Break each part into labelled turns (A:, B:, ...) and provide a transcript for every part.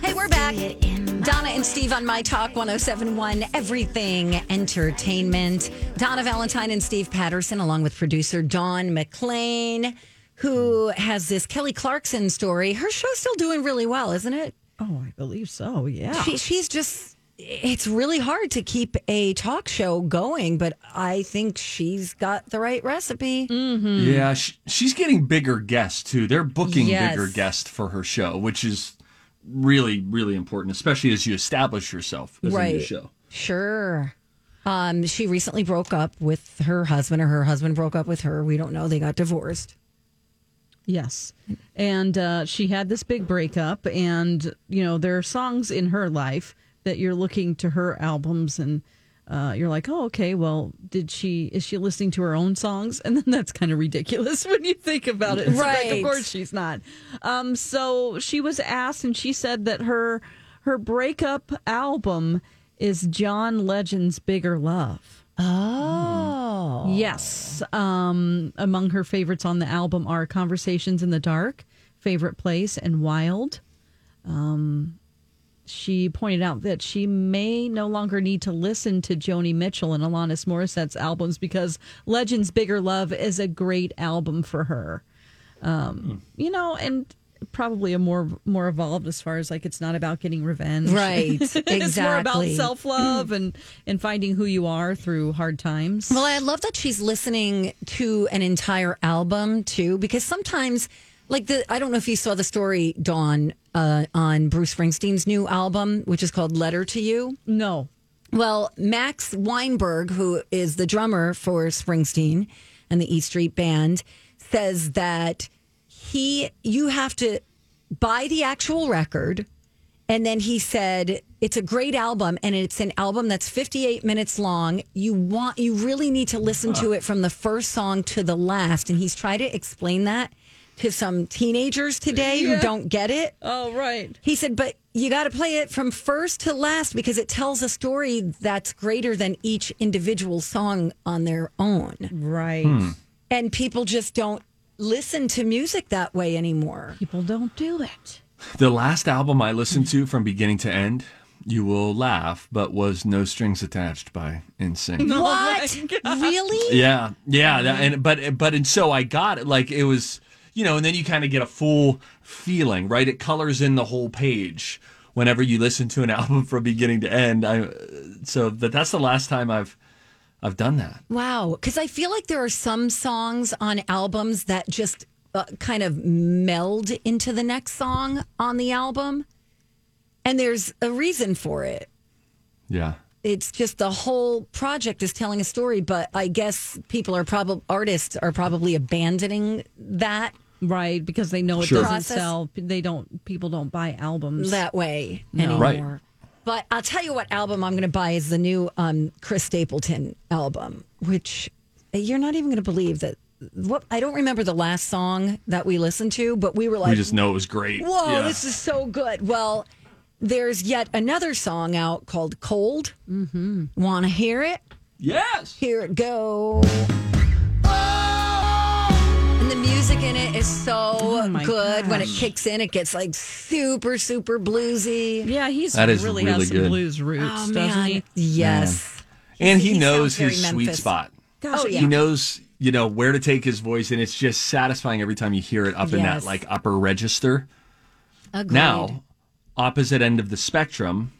A: Hey, we're back. Donna and Steve on My Talk 1071, Everything Entertainment. Donna Valentine and Steve Patterson, along with producer Dawn McLean, who has this Kelly Clarkson story. Her show's still doing really well, isn't it?
B: Oh, I believe so. Yeah.
A: She, she's just, it's really hard to keep a talk show going, but I think she's got the right recipe.
C: Yeah, sh she's getting bigger guests too. They're booking
A: Mm. Yes.
C: bigger guests for her show, which is really, really important, especially as you establish yourself as a new
A: Right.
C: show.
A: Sure. Um, she recently broke up with her husband, or her husband broke up with her. We don't know. They got divorced.
B: Yes. And uh, she had this big breakup, and, you know, there are songs in her life that you're looking to her albums and. Uh, you're like, oh, okay. Well, did she is she listening to her own songs? And then that's kind of ridiculous when you think about it. It's like,
A: Right.
B: of course she's not. Um, so she was asked, and she said that her her breakup album is John Legend's Bigger Love.
A: Oh.
B: Yes. Um, among her favorites on the album are Conversations in the Dark, Favorite Place, and Wild. Um, she pointed out that she may no longer need to listen to Joni Mitchell and Alanis Morissette's albums because Legends Bigger Love is a great album for her. Um, You know, and probably a more more evolved as far as like it's not about getting revenge
A: Right,
B: it's more about
A: exactly.
B: self-love and and finding who you are through hard times
A: Well, I love that she's listening to an entire album too, because sometimes, like the, I don't know if you saw the story, Dawn, uh, on Bruce Springsteen's new album, which is called Letter to You.
B: no
A: Well, Max Weinberg, who is the drummer for Springsteen and the E Street Band, says that he you have to buy the actual record. And then he said, it's a great album and it's an album that's 58 minutes long. You want you really need to listen to it from the first song to the last and he's tried to explain that to some teenagers today who don't get it.
B: Oh, right.
A: He said, but you got to play it from first to last because it tells a story that's greater than each individual song on their own.
B: Right.
C: Hmm.
A: And people just don't listen to music that way anymore.
B: People don't do it.
C: The last album I listened to from beginning to end, you will laugh, but was No Strings Attached by NSYNC.
A: What? Really?
C: Yeah, yeah, that, and but but and so I got it. Like it was, you know, and then you kind of get a full feeling, right? It colors in the whole page whenever you listen to an album from beginning to end. I so that that's the last time I've I've done that.
A: Wow. Because I feel like there are some songs on albums that just uh, kind of meld into the next song on the album. And there's a reason for it.
C: Yeah.
A: it's just the whole project is telling a story, but I guess people are probably artists are probably abandoning that
B: Right, because they know it
C: Sure.
B: doesn't
A: Process.
B: sell. They don't. People don't buy albums.
A: that way
C: Right.
A: anymore. But I'll tell you what album I'm going to buy is the new um, Chris Stapleton album, which you're not even going to believe that. What I don't remember the last song that we listened to, but we were like,
C: We just know it was great.
A: "Whoa,
C: Yeah.
A: this is so good." Well, there's yet another song out called "Cold." Mm-hmm. Want to hear it?
C: yes.
A: Here it go. And the music in it is so
B: my
A: good. When it
B: gosh.
A: kicks in, it gets like super, super bluesy.
B: Yeah, he's
C: That is
B: really,
C: really
B: has some
C: good.
B: blues roots,
A: Oh,
B: doesn't he?
A: Yes.
C: And he,
A: He
C: knows
A: sounds
C: his
A: very
C: sweet
A: Memphis.
C: spot.
B: Gosh,
A: Oh, yeah.
C: He knows, you know, where to take his voice, and it's just satisfying every time you hear it up in
A: Yes.
C: that like upper register.
A: Agreed.
C: Now, opposite end of the spectrum,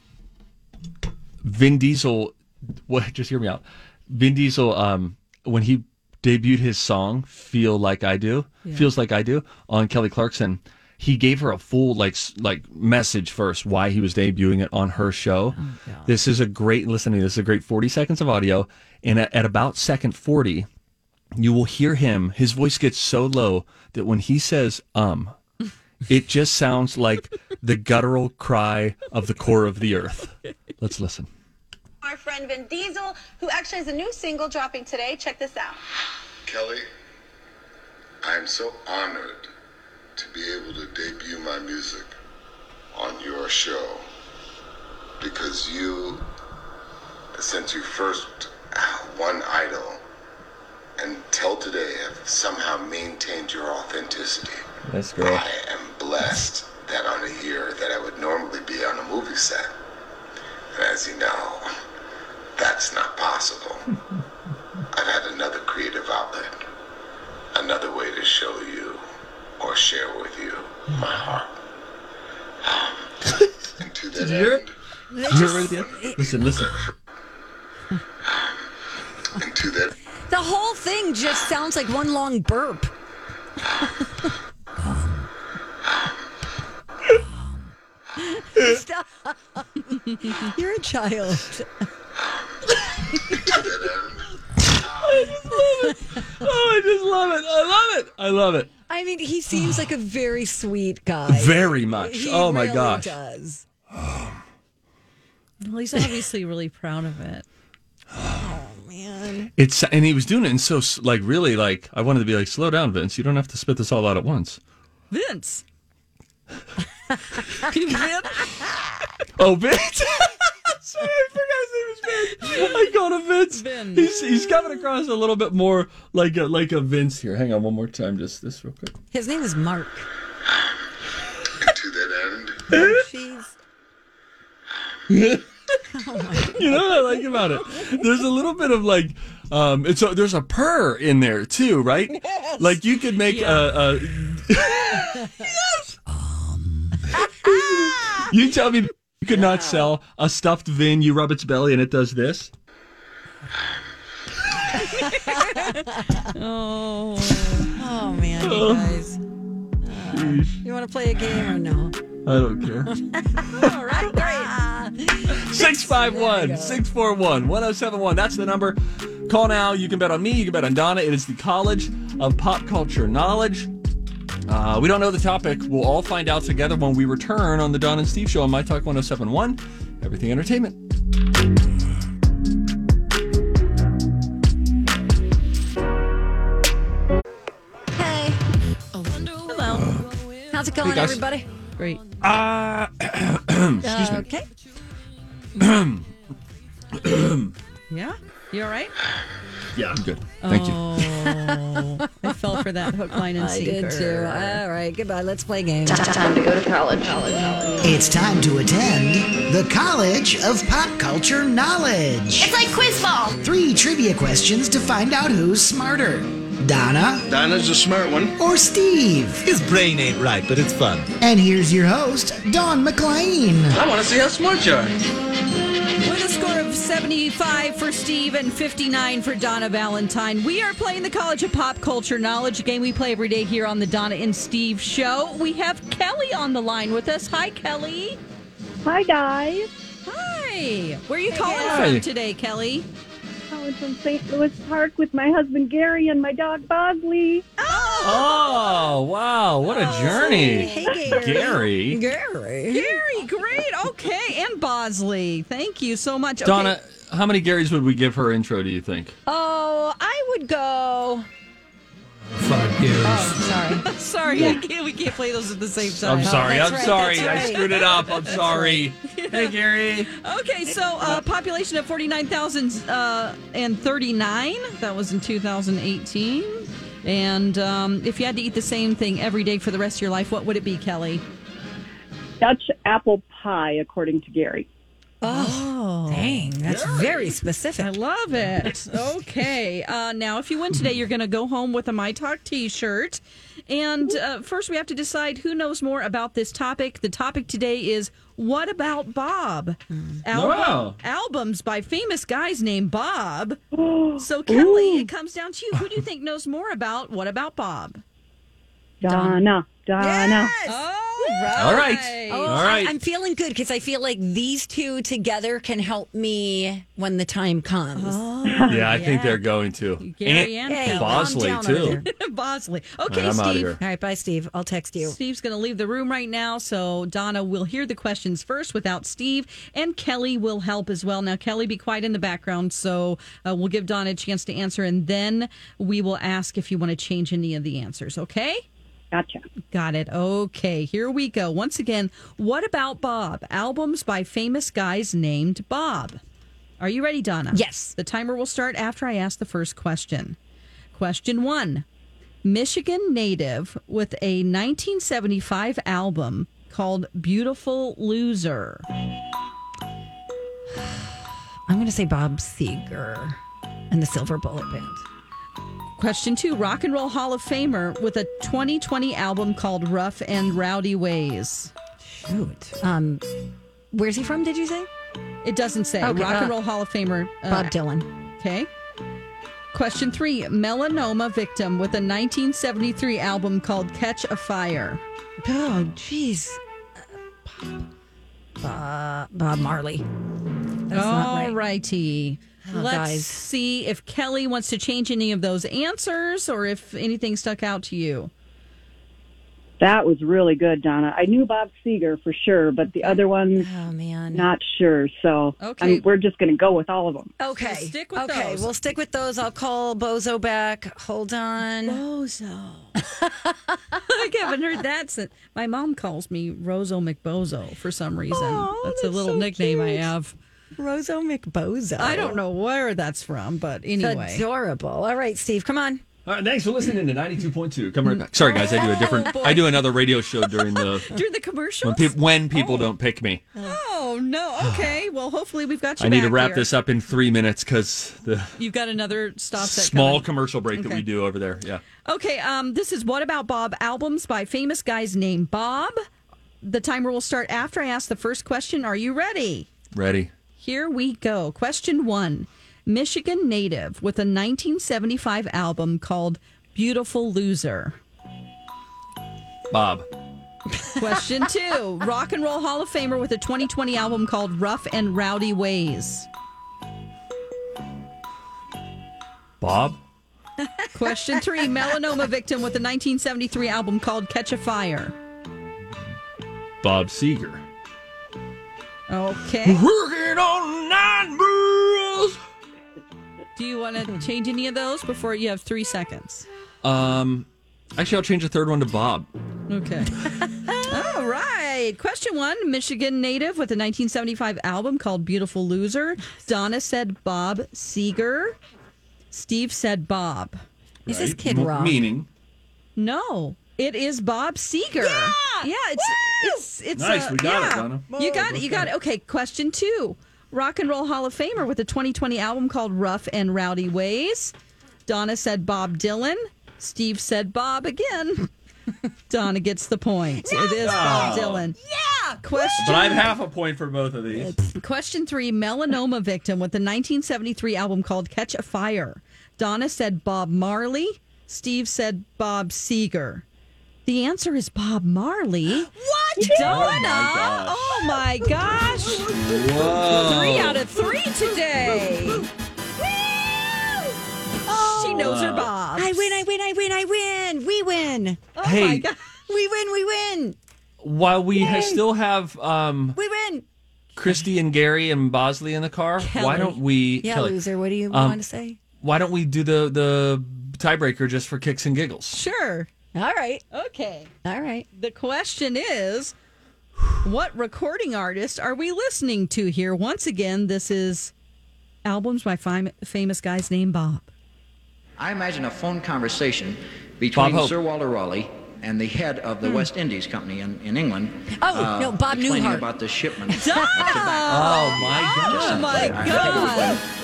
C: Vin Diesel. What? Just hear me out. Vin Diesel. Um, when he debuted his song "Feel Like I Do," feels like I do on Kelly Clarkson. He gave her a full like s- like message first why he was debuting it on her show. this is a great listen to me, This is a great forty seconds of audio, and at, at about second forty, you will hear him. His voice gets so low that when he says um, It just sounds like the guttural cry of the core of the earth. Let's listen.
D: our friend Vin Diesel, who actually has a new single dropping today. Check this out.
E: Kelly, I am so honored to be able to debut my music on your show because you, since you first won Idol and till today, have somehow maintained your authenticity.
C: Nice girl.
E: I am blessed that on a year that I would normally be on a movie set. And as you know, that's not possible. I've had another creative outlet, another way to show you or share with you my heart. Um, and to that
C: you hear it?
E: end,
C: Listen, listen.
E: and to that
A: The whole thing just sounds like one long burp. Stop. You're a child.
C: Oh, I just love it. I love it. I love it
A: I mean, he seems like a very sweet guy.
C: very much.
A: He
C: oh my
A: really
C: gosh.
A: Does.
B: Well, he's obviously really proud of it.
A: Man.
C: It's and he was doing it in so s- like really like I wanted to be like slow down, Vince. You don't have to spit this all out at once.
B: Vince. Vin-
C: Oh, Vince. Sorry, I forgot his name was Vince. I called him Vince.
B: Vin.
C: He's he's coming across a little bit more like a like a Vince here. Hang on one more time, just this real quick.
A: His name is Mark.
E: and to that end.
A: She's
C: You know what I like about it? There's a little bit of like, um, it's a, there's a purr in there too, right? Like you could make a. a you tell me you could not sell a stuffed vin. You rub its belly and it does this.
B: oh,
A: Oh man, you guys. You want to play a game or no?
C: I don't care.
A: All right, great.
C: 651 641 1071. That's the number. Call now. You can bet on me. You can bet on Donna. It is the College of Pop Culture Knowledge. Uh, we don't know the topic. We'll all find out together when we return on the Don and Steve Show on My Talk 1071, Everything Entertainment.
A: Hey, Oh.
B: hello.
A: how's it going,
C: Hey, guys.
A: everybody?
B: Great.
C: Uh, excuse me.
A: Okay.
B: Yeah. You all right?
C: Yeah, I'm good. Thank you.
B: Oh, I fell for that hook, line, and
A: I
B: sinker.
A: did too. All right, goodbye. Let's play a game.
F: It's time to attend the College of Pop Culture Knowledge.
G: It's like quiz ball.
F: Three trivia questions to find out who's smarter Donna
H: Dinah's a smart one.
F: or Steve.
I: His brain ain't right, but it's fun.
F: And here's your host, Don McLean.
H: I want to see how smart you are.
B: With a score of 75 for Steve and 59 for Donna Valentine, we are playing the College of Pop Culture Knowledge, a game we play every day here on the Donna and Steve show. We have Kelly on the line with us. Hi, Kelly.
D: Hi guys,
B: Hi. Where are you calling
C: Hi.
B: from today, Kelly?
D: calling from St. Louis Park with my husband Gary and my dog Bosley.
C: Oh, wow. What a journey.
A: Hey, Gary.
C: Gary.
A: Gary.
B: Gary, great. Okay. And Bosley. Thank you so much. Okay.
C: Donna, how many Garys would we give her intro, do you think?
B: Oh, I would go. Oh,
I: Fuck you.
B: Sorry, I can't, we can't play those at the same time.
C: I'm sorry.
A: that's
C: I'm
A: right,
C: sorry.
A: that's
C: I
A: right.
C: screwed it up. I'm sorry. Hey, Gary.
B: Okay, so uh, population of 49,039. Uh, and 39. that was in 2018. And um, if you had to eat the same thing every day for the rest of your life, what would it be, Kelly?
D: Dutch apple pie, according to Gary.
A: Oh, Dang, that's very specific.
B: I love it. okay. Uh, now, if you win today, you're going to go home with a My Talk t shirt. And uh, first, we have to decide who knows more about this topic. The topic today is What About Bob?
A: Hmm.
B: Album-
C: Wow.
B: Albums by famous guys named Bob. so, Kelly, it comes down to you. Who do you think knows more about What About Bob?
D: Donna, Donna.
B: Oh,
C: All right.
A: Oh,
C: All right.
A: I, am feeling good because I feel like these two together can help me when the time comes.
C: yeah, I think they're going to.
B: Gary and
C: and
B: Hey, Kel. calm
C: Bosley,
A: down over
C: too.
A: there.
B: Bosley.
C: All
B: Okay,
C: right, I'm out of
B: Steve.
C: here.
A: All right, bye, Steve. I'll text you.
B: Steve's going to leave the room right now. So, Donna will hear the questions first without Steve, and Kelly will help as well. Now, Kelly, be quiet in the background. So, uh, we'll give Donna a chance to answer, and then we will ask if you want to change any of the answers. Okay?
D: Gotcha.
B: Got it. Okay, here we go. Once again, what about Bob? Albums by famous guys named Bob. Are you ready, Donna?
A: Yes.
B: The timer will start after I ask the first question. Question one Michigan native with a 1975 album called Beautiful Loser.
A: I'm going to say Bob Seger and the Silver Bullet Band.
B: Question two Rock and Roll Hall of Famer with a 2020 album called Rough and Rowdy Ways.
A: Shoot. Um, where's he from? Did you say
B: It doesn't say.
A: Okay,
B: Rock and
A: uh,
B: Roll Hall of Famer. uh,
A: Bob Dylan?
B: Okay. Question three melanoma victim with a 1973 album called Catch a Fire.
A: Oh, jeez. Uh, Bob, Bob Marley. That's not
B: All
A: right.
B: righty.
A: Oh,
B: Let's
A: guys.
B: see if Kelly wants to change any of those answers or if anything stuck out to you.
D: That was really good, Donna. I knew Bob Seger for sure, but the other ones,
A: Oh man.
D: not sure. So
B: Okay.
D: I'm- we're just going to go with all of them.
A: okay.
B: We'll stick with
A: okay.
B: those.
A: We'll stick with those. I'll call Bozo back. Hold on.
B: Bozo. I haven't heard that since my mom calls me Rozo McBozo for some reason.
A: Aw,
B: that's, a
A: that's
B: little
A: so
B: nickname I
A: cute.
B: have.
A: Rozo McBozo.
B: I don't know where that's from, but anyway.
A: It's adorable. All right, Steve. Come on.
C: All right, thanks for listening to 92.2. Come right back. Sorry, guys, I do
A: Oh,
C: a different, I do another radio show during the,
B: During the commercials?
C: when, peop when people don't pick me.
B: Oh no! Okay. Well, hopefully we've got you.
C: I need to
B: back
C: wrap
B: here.
C: this up in three minutes because the
B: You've got another stop set.
C: small
B: coming.
C: commercial break that
B: Okay.
C: we do over there. Yeah.
B: okay. Um. This is what about Bob albums by famous guys named Bob. The timer will start after I ask the first question. Are you ready?
C: Ready?
B: Here we go. Question one: Michigan native with a 1975 album called "Beautiful Loser."
C: Bob.
B: Question two: Rock and Roll Hall of Famer with a 2020 album called "Rough and Rowdy Ways."
C: Bob?
B: Question three melanoma victim with a 1973 album called Catch a Fire.
C: Bob Seeger.
B: Okay.
C: Working on nine rules.
B: Do you want to change any of those before you have three seconds?
C: Um, actually, I'll change the third one to Bob.
B: Okay. All right. Question one Michigan native with a 1975 album called Beautiful Loser. Donna said Bob Seeger. Steve said Bob.
A: Is this
C: Right?
A: Kid
C: M-
A: Rock?
C: Meaning.
B: No, it is Bob Seeger. Yeah, yeah, it's it's it's
C: Nice,
B: uh,
C: we got it,
B: yeah.
C: Donna.
B: You got it. You got it. Okay, question two: Rock and Roll Hall of Famer with a 2020 album called "Rough and Rowdy Ways." Donna said Bob Dylan. Steve said Bob again. Donna gets the point. It is Bob Dylan. Yeah. Question
C: But I have half a point for both of these.
B: Question three melanoma victim with the 1973 album called Catch a Fire. Donna said Bob Marley. Steve said Bob Seeger. The answer is Bob Marley. What? Donna? Oh my gosh. Oh.
C: Whoa.
B: Three out of three today. She knows her Bob.
A: I win. I win. I win. I win. We win.
B: Oh my
C: Hey.
B: gosh.
A: We win. We win.
C: While we ha- still have um,
A: We win.
C: Christy and Gary and Bosley in the car, why
B: Kelly.
C: don't we?
A: Yeah,
C: Kelly,
A: loser. What do you
C: Um,
A: want to say?
C: Why don't we do the the tiebreaker just for kicks and giggles?
B: Sure.
A: All right.
B: Okay.
A: All right.
B: The question is what recording artist are we listening to here? Once again, this is albums by fam- famous guys named Bob.
G: I imagine a phone conversation
C: Bob
G: between
C: Hope.
G: Sir Walter Raleigh and the head of
I: Hmm.
G: the West Indies Company in, in England.
A: Oh, no, Bob
G: explaining
A: Newhart.
G: about the shipment. of
B: Donna!
G: tobacco.
C: Oh my
B: Oh
C: gosh!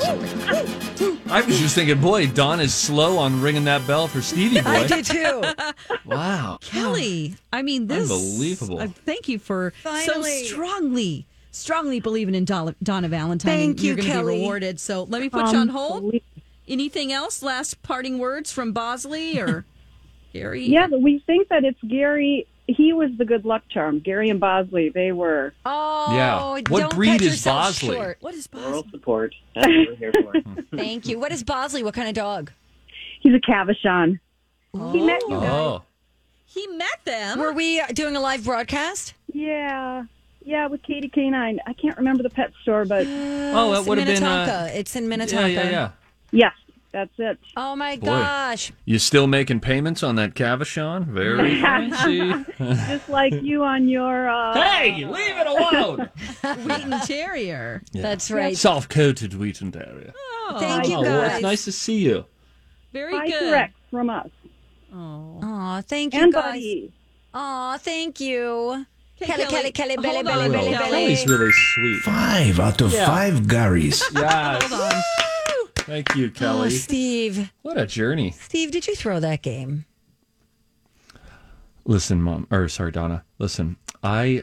B: my God.
C: I was just thinking, boy, Don is slow on ringing that bell for Stevie Boy.
A: Did too.
C: Wow.
B: Kelly, I mean, this.
C: Unbelievable.
B: I thank you for so
A: Finally.
B: strongly, strongly believing in Dol- Donna Valentine. and
A: Thank you,
B: You're gonna
A: Kelly.
B: be rewarded. So let me put you on hold. Anything else? Last parting words from Bosley or Gary?
D: Yeah, we think that it's Gary he was the good luck charm. Gary and Bosley, they were.
A: Oh,
C: Yeah. What
A: don't
C: breed
A: cut
C: is
A: yourself
C: Bosley?
A: Short. What is Bosley?
J: Moral support. That's what we're here for.
A: Thank you. What is Bosley? What kind of dog?
D: He's a Cavachon.
A: He met
C: Oh,
B: He met them.
A: Were we doing a live broadcast?
D: Yeah. Yeah, with Katie Canine. I can't remember the pet store,
C: oh,
D: but
A: It's
C: that
A: in
C: would have been. Uh,
A: Minnetonka. It's in
C: yeah,
A: Minnetonka.
C: yeah, yeah.
D: yes, that's it.
A: Oh my
C: Boy.
A: gosh.
C: You still making payments on that Cavachon? Very fancy.
D: Just like you on your. Uh,
C: hey, leave it alone.
B: Wheaton Terrier.
A: That's right.
C: Soft coated Wheaton area.
A: Thank you
C: Oh, well, it's
A: guys.
C: nice to see you.
B: Very
D: Hi,
B: good.
D: Rex from us.
B: Oh.
A: Aw, thank you
D: And
A: guys.
D: Buddy.
A: Aw, thank you.
B: Okay,
A: Kelly, Kelly,
B: Kelly.
A: Kelly,
B: Hold
A: Belly,
B: on.
A: Belly, Belly,
B: Oh, Kelly's
A: Belly.
C: Kelly's really sweet.
I: Five out of five Garys.
C: Yes.
B: Hold on.
C: Thank you,
A: Oh,
C: Kelly.
A: Steve.
C: What a journey.
A: Steve, did you throw that game?
C: Listen, mom, or sorry, Donna. Listen, I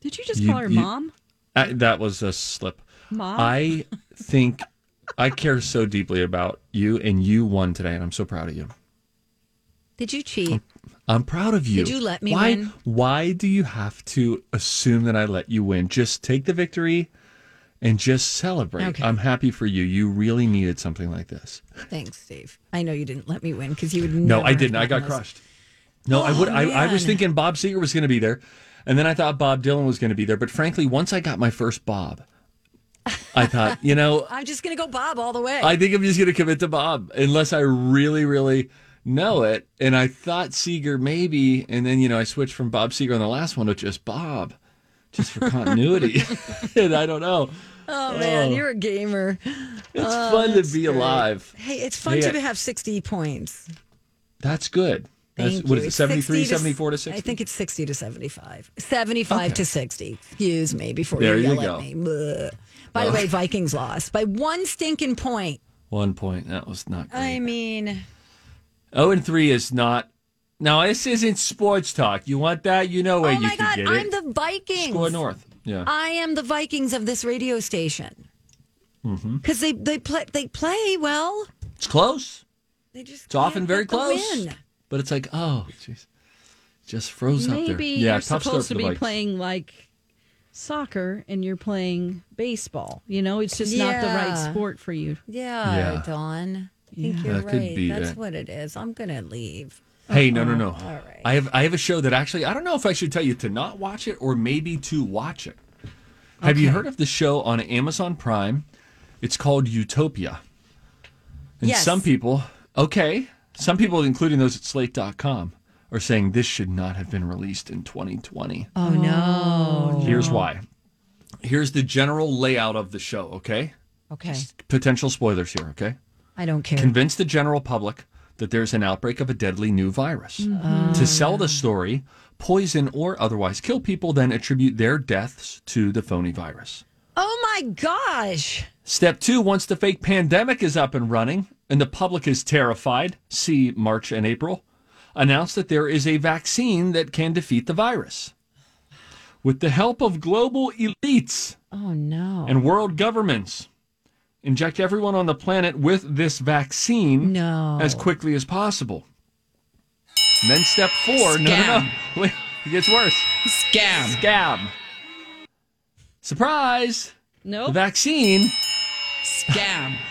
B: Did you just
C: You-
B: call her
C: you-
B: mom?
C: I, that was a slip.
B: Mom?
C: I think I care so deeply about you, and you won today, and I'm so proud of you.
A: Did you cheat?
C: I'm proud of you.
A: Did you let me
C: why,
A: win?
C: Why do you have to assume that I let you win? Just take the victory and just celebrate.
A: Okay.
C: I'm happy for you. You really needed something like this.
A: Thanks, Steve. I know you didn't let me win because you would.
C: No,
A: never
C: I
A: have
C: didn't. I got
A: gotten those.
C: crushed. No, I
A: Oh,
C: would. I, I was
A: man.
C: thinking Bob Seger was going to be there, and then I thought Bob Dylan was going to be there. But frankly, once I got my first Bob, I thought, you know,
A: I'm just gonna go Bob all the way.
C: I think I'm just going to commit to Bob unless I really, really know it. And I thought Seeger maybe, and then you know I switched from Bob Seeger on the last one to just Bob, just for continuity. and I don't know.
A: oh man, you're a gamer.
C: It's
A: Oh,
C: fun to be alive.
A: Hey, it's fun
C: Hey,
A: to
C: I-
A: have 60 points.
C: That's good. That's,
A: Thank
C: what
A: you.
C: is it,
A: It's
C: 73,
A: 60 to-
C: 74 to 60?
A: I think it's 60 to 75. 75 to 60. Excuse me before
C: There
A: you
C: you
A: yell
C: go.
A: at me. Bleh. By the way, Vikings lost by one stinking point.
C: One point. That was not great.
A: I mean,
C: Oh, and three is not. Now this isn't sports talk. You want that? You know where
A: oh
C: you
A: my
C: can
A: God,
C: get
A: I'm
C: it.
A: the Vikings.
C: Score north. Yeah.
B: Uh,
A: I am the Vikings of this radio station.
C: Mm-hmm.
A: Because they, they, play, they play well.
C: it's close.
A: They just
C: It's often
A: can't
C: very
A: get the
C: close.
A: win.
C: But it's like, oh, jeez, just froze up there.
B: Maybe you're
C: Yeah,
B: supposed
C: tough
B: to
C: start for the
B: be
C: Vikings.
B: playing like soccer and you're playing baseball. You know, it's just not the right
A: Yeah.
B: sport for you.
A: Yeah,
C: Yeah.
A: Dawn. I think
B: Yeah.
A: you're
C: That
A: right.
C: could be
A: That's
C: it.
A: what it is. I'm going to leave.
C: Hey, no, no, no.
A: Uh-huh. all right.
C: I have I have a show that actually I don't know if I should tell you to not watch it or maybe to watch it. Have you heard of the show on Amazon Prime? It's called Utopia. And
A: Yes.
C: some people, okay, some people including those at slate.com are saying this should not have been released in 2020.
A: Oh, no.
C: Here's why. Here's the general layout of the show, okay?
A: Okay.
C: Potential spoilers here, okay?
A: I don't care.
C: convince the general public that there's an outbreak of a deadly new virus. To sell the story, poison or otherwise kill people, then attribute their deaths to the phony virus.
A: oh my gosh.
C: Step two once the fake pandemic is up and running and the public is terrified, see March and April, announce that there is a vaccine that can defeat the virus. With the help of global elites,
A: Oh no.
C: and world governments inject everyone on the planet with this vaccine
A: No.
C: as quickly as possible. And then step four. No, no, no. Wait, it gets worse.
H: Scam.
C: Scab. Surprise! The
A: Oh.
B: Nope.
C: vaccine.
H: Scam.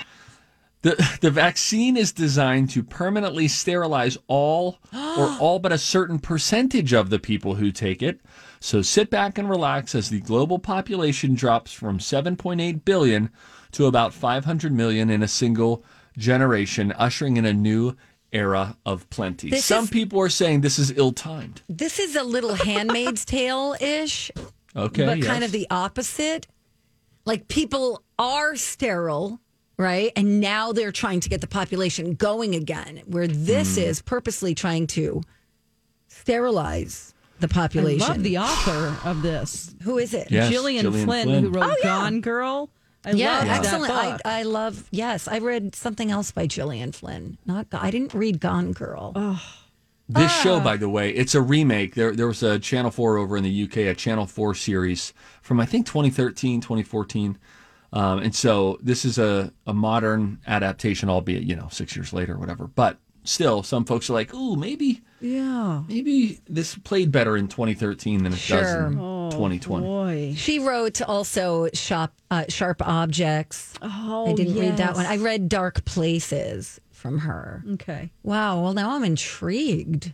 C: The, the vaccine is designed to permanently sterilize all or all but a certain percentage of the people who take it. So sit back and relax as the global population drops from 7.8 billion to about 500 million in a single generation, ushering in a new era of plenty.
A: This
C: Some
A: is-
C: people are saying this is ill timed.
A: this is a little handmaid's tale ish,
C: Okay.
A: but
C: yes.
A: kind of the opposite. Like people are sterile, right? And now they're trying to get the population going again, where this is purposely trying to sterilize the
B: I
A: population.
B: love the author of this,
A: Who is it?
C: Yes,
B: Jillian,
C: Gillian
B: Flynn,
C: Flynn.
B: who wrote
A: Oh, yeah.
B: Gone Girl. I
A: Yeah,
B: love
A: excellent.
B: that
A: I,
B: book.
A: I love. Yes, I read something else by Gillian Flynn. Not Go- I didn't read Gone Girl.
C: This show, by the way, it's a remake. There, there was a Channel 4 over in the UK, a Channel 4 series from, I think, 2013, 2014. Um, and so this is a, a modern adaptation, albeit, you know, six years later or whatever. But still, some folks are like, "Ooh, maybe
B: Yeah.
C: maybe this played better in 2013 than it does
A: Sure.
C: in
A: Oh,
C: 2020."
A: She wrote also shop, uh, Sharp Objects.
B: Oh,
A: I didn't read that
B: yes.
A: one. I read Dark Places from her.
B: Okay.
A: Wow. Well, now I'm intrigued.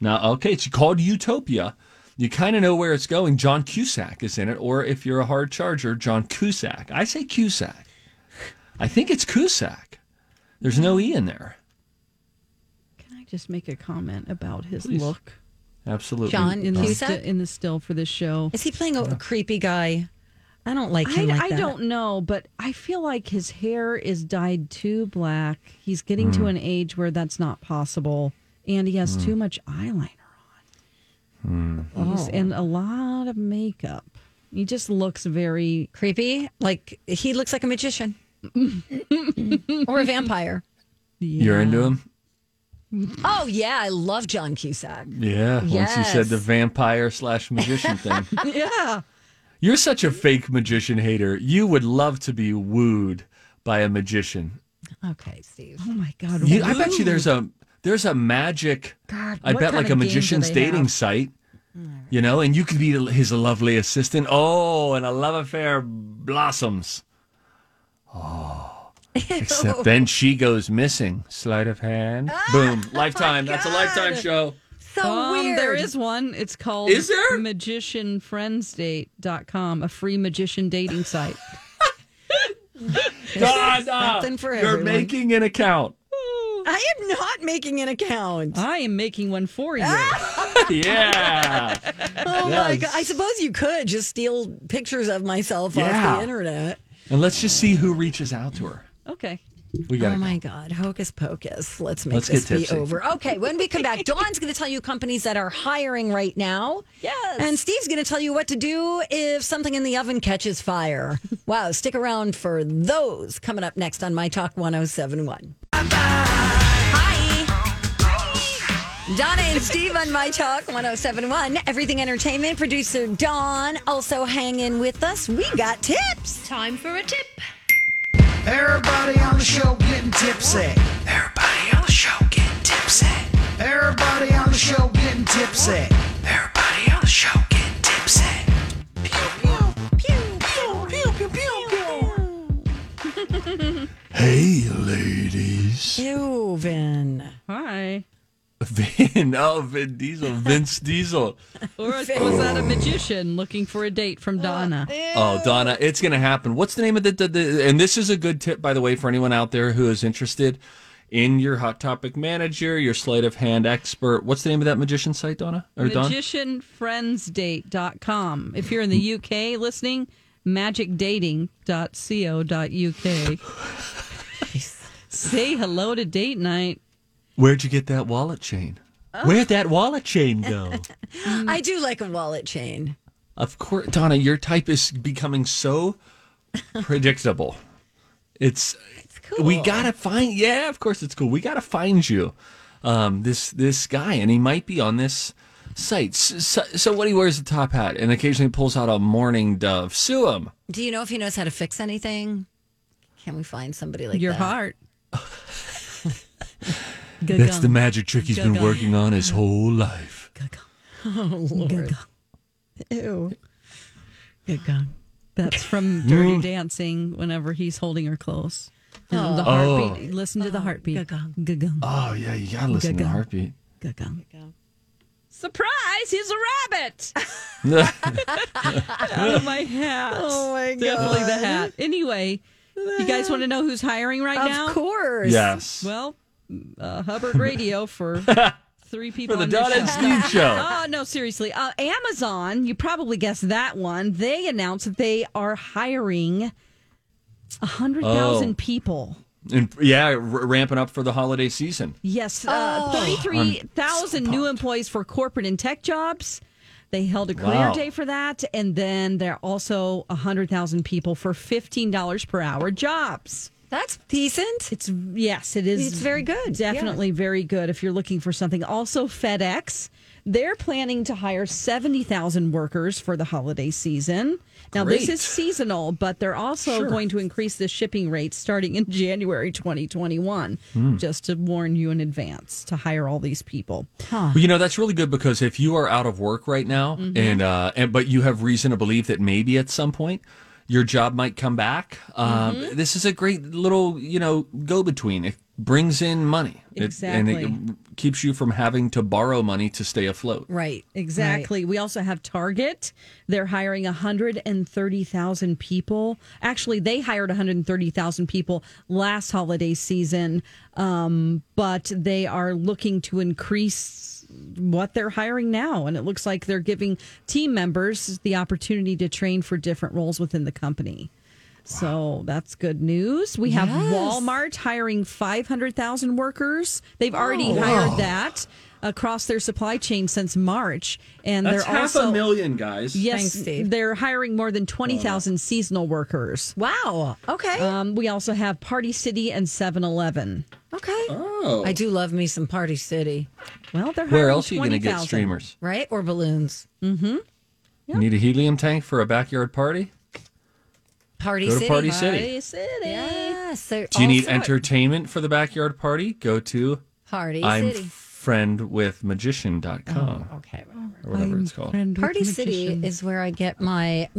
C: Now, okay, it's called Utopia. You kind of know where it's going. John Cusack is in it, or if you're a hard charger, John Cusack. I say Cusack. I think it's Cusack. There's no e in there.
B: Can I just make a comment about his
C: Please.
B: look?
C: Absolutely.
B: in the,
A: Cusack?
B: sti- in the still for this show.
A: Is he playing a, a creepy guy? I don't like him
B: I,
A: like
B: I
A: that.
B: don't know, but I feel like his hair is dyed too black. He's getting to an age where that's not possible, and he has too much eyeliner on. He's- and a lot of makeup. He just looks very
A: Creepy? Like he looks like a magician or a vampire.
C: You're into him?
A: Oh, yeah. I love John Cusack.
C: Yeah. Once you said
A: Yes.
C: the vampire slash magician thing.
B: yeah.
C: You're such a fake magician hater. You would love to be wooed by a magician.
A: Okay, Steve.
B: Oh my god!
C: You, I bet you there's a there's a magic.
B: God,
C: I
B: what
C: bet
B: kind
C: like
B: of
C: a
B: game do
C: magician's
B: they
C: dating
B: have?
C: site. You know, and you could be his lovely assistant. Oh, and a love affair blossoms. Oh, except then she goes missing. Sleight of hand. Boom. Lifetime. That's a lifetime show.
A: So
B: Um,
A: weird.
B: there is one. It's called
C: Is there?
B: magicianfriendsdate.com, a free magician dating site.
C: Donna,
A: something for
C: ah, you're
A: everyone.
C: making an account.
A: I am not making an account.
C: Oh.
B: I am making one for you.
C: Yeah.
A: Oh my
C: Yes.
A: god! I suppose you could just steal pictures of myself off
C: Yeah.
A: the internet.
C: and let's just see who reaches out to her.
B: Okay.
C: We got
A: Oh
C: it.
A: my god! Hocus pocus. Let's make
C: Let's get
A: this be
C: tipsy.
A: over. Okay, when we come back, Dawn's going to tell you companies that are hiring right now.
B: Yes.
A: And Steve's going to tell you what to do if something in the oven catches fire. Wow! Stick around for those coming up next on My Talk 1071. Hi. Donna and Steve on My Talk 1071, Everything Entertainment. Producer Dawn also hanging with us. We got tips.
K: Time for a tip.
F: Everybody on the show getting tipsy.
K: Everybody on the show getting tipsy.
F: Everybody on the show getting tipsy.
K: Everybody on the show getting tipsy.
C: Hey, ladies.
A: Ew, Vin.
B: Hi.
C: Vin, oh, Vin Diesel, Vince Diesel.
B: Or was that a magician looking for a date
A: Uh,
B: from Donna?
C: Oh, Donna, it's going to happen. What's the name of the, the, the? And this is a good tip, by the way, for anyone out there who is interested in your Hot Topic manager, your sleight of hand expert. What's the name of that magician site, Donna? Or Don?
B: Magicianfriendsdate.com. If you're in the UK listening, magicdating.co.uk. Say hello to date night.
C: Where'd you get that wallet chain? Where'd that wallet chain go?
A: I do like a wallet chain.
C: of course, Donna, your type is becoming so predictable. It's, we gotta find. Yeah, of course it's cool. We gotta find you, um, this this guy, and he might be on this site. So, so what he wears a top hat and occasionally pulls out a mourning dove. Sue him.
A: Do you know if he knows how to fix anything? Can we find somebody like
B: Your
A: that?
B: heart.
C: That's the magic trick he's been working on his whole life.
A: Oh, Lord. Ew. Good God.
B: That's from Dirty Dancing whenever he's holding her close. You know, the heartbeat. Listen
A: Oh,
B: to the heartbeat. Gugum.
C: Oh yeah, you gotta listen to the
B: Gaga.
C: heartbeat.
B: Gugum. Surprise! He's a rabbit! Out of my hat. Oh my god. Definitely the hat. Anyway, you guys want to know who's hiring right
A: Of
B: now?
A: course.
C: yes.
B: Well, uh, Hubbard Radio for three people
C: For the
B: on their
C: Donna and
B: show.
C: Steve show.
B: Oh no, seriously. Uh, Amazon, you probably guessed that one. They announced that they are hiring a hundred thousand
C: Oh.
B: people.
C: And yeah, r- ramping up for the holiday season.
B: Yes, uh, thirty-three thousand new employees for corporate and tech jobs. They held a career
C: Wow.
B: day for that, and then there are also hundred thousand people for fifteen dollars per hour jobs.
A: That's decent.
B: It's yes, it is.
A: It's very good.
B: Definitely very good if you're looking for something. Also, FedEx. They're planning to hire 70,000 workers for the holiday season. Now, this
L: Great.
B: is seasonal, but they're also
L: Sure.
B: going to increase the shipping rate starting in January 2021,
C: Hmm.
B: just to warn you in advance to hire all these people.
C: Well, you know that's really good because if you are out of work right now
B: Mhm.
C: and uh, and but you have reason to believe that maybe at some point your job might come back, um,
B: Mhm.
C: this is a great little you know go between. It brings in money, It- and
B: Exactly.
C: it keeps you from having to borrow money to stay afloat.
B: Right. Exactly. We also have Target. They're hiring 130,000 people. Actually, they hired 130,000 people last holiday season, um, but they are looking to increase what they're hiring now. And it looks like they're giving team members the opportunity to train for different roles within the company. So that's good news. We have
L: Yes.
B: Walmart hiring 500,000 workers. They've already
C: Wow.
B: hired
C: Wow.
B: that across their supply chain since March, and
C: that's
B: they're
C: half
B: also
C: a million guys.
B: yes, they're hiring more than twenty thousand seasonal workers.
A: Wow. Okay.
B: Um, we also have Party City and 7-Eleven.
A: Okay.
C: Oh.
A: I do love me some Party City.
B: Well, they're
C: Where hiring else are you gonna get 20,000, streamers?
A: Right? Or balloons.
B: Mm-hmm.
C: Need a helium tank for a backyard party?
A: Party
C: Go to
A: City.
C: Party City. Party
A: Yes. they're
C: Do you
A: all
C: need
A: sorts.
C: entertainment for the backyard party? Go to
A: Party
C: I'm
A: City.
C: friend with magician.com.
A: Oh, okay.
C: Or whatever it's called.
A: Party City is where I get my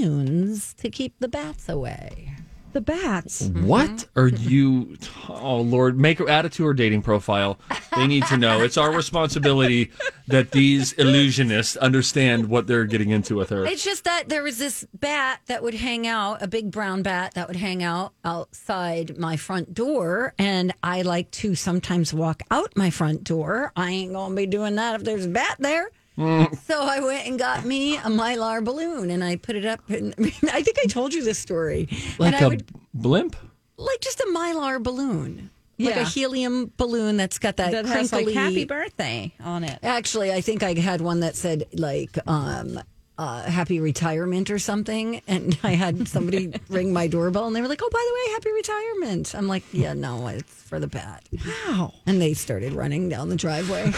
A: balloons to keep the bats away.
B: The bats.
C: What
A: Mm-hmm.
C: are you? Oh Lord, make add it to her dating profile. They need to know. It's our responsibility that these illusionists understand what they're getting into with her.
A: It's just that there was this bat that would hang out, a big brown bat that would hang out outside my front door. And I like to sometimes walk out my front door. I ain't going to be doing that if there's a bat there.
L: Mm.
A: So I went and got me a mylar balloon and I put it up. And I think I told you this story.
C: Like
A: and I
C: a
A: would
C: blimp.
A: like just a mylar balloon, like
B: Yeah.
A: a helium balloon that's got that,
B: That has, like,
A: crinkly
B: happy birthday on it.
A: Actually, I think I had one that said like um uh, happy retirement or something, and I had somebody ring my doorbell, and they were like, "Oh, by the way, happy retirement." I'm like, "Yeah, no, it's for the bat."
B: Wow!
A: And they started running down the driveway.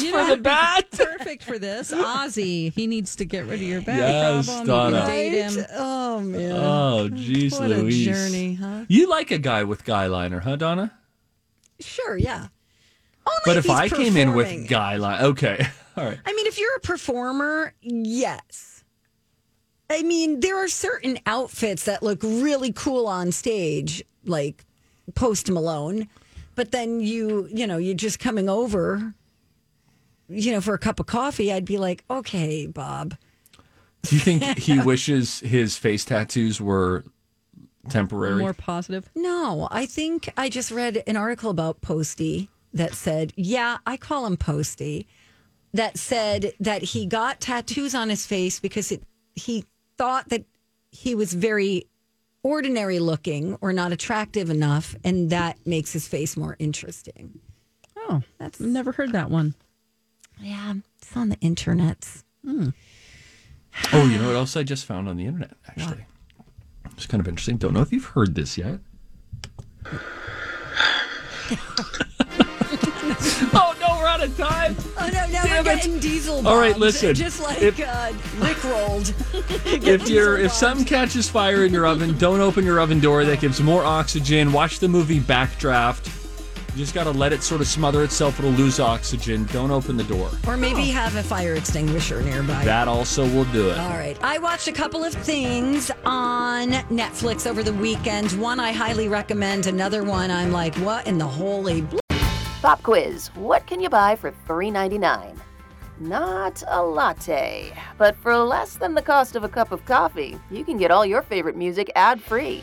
B: You know, the bat. Perfect for this. Ozzy, he needs to get rid of your bat
C: Yes,
B: problem.
C: Donna.
B: You date him.
A: Oh man.
C: Oh, jeez,
A: What a
C: Louise.
A: journey, huh?
C: You like a guy with guy liner, huh, Donna?
A: Sure, yeah. Only
C: but if
A: he's
C: I came in with
A: performing.
C: guy liner, okay, all right.
A: I mean, if you're a performer, yes. I mean, there are certain outfits that look really cool on stage, like Post Malone, but then you, you know, you're just coming over, you know, for a cup of coffee. I'd be like, okay, Bob.
C: Do you think he wishes his face tattoos were temporary?
B: More positive.
A: No, I think I just read an article about Posty that said, yeah, I call him Posty, that said that he got tattoos on his face because it, he thought that he was very ordinary looking or not attractive enough, and that makes his face more interesting.
B: Oh, that's never heard that one.
A: Yeah, it's on the internets.
C: Oh, you know what else I just found on the internet? Actually, it's kind of interesting. Don't know if you've heard this yet. oh no, we're out of time.
A: Oh no, now
L: Damn
A: we're
L: it.
A: getting diesel.
C: All right,
A: bombed,
C: listen,
A: just like
C: if-
A: uh, Rick rolled.
C: If you're if something catches fire in your oven, don't open your oven door. That gives more oxygen. Watch the movie Backdraft. You just gotta let it sort of smother itself. It'll lose oxygen. Don't open the door.
A: or maybe have a fire extinguisher nearby.
C: That also will do it.
A: All right. I watched a couple of things on Netflix over the weekend. One I highly recommend, another one I'm like, what in the holy bl-
M: Pop quiz What can you buy for $3.99? Not a latte, but for less than the cost of a cup of coffee, you can get all your favorite music ad free.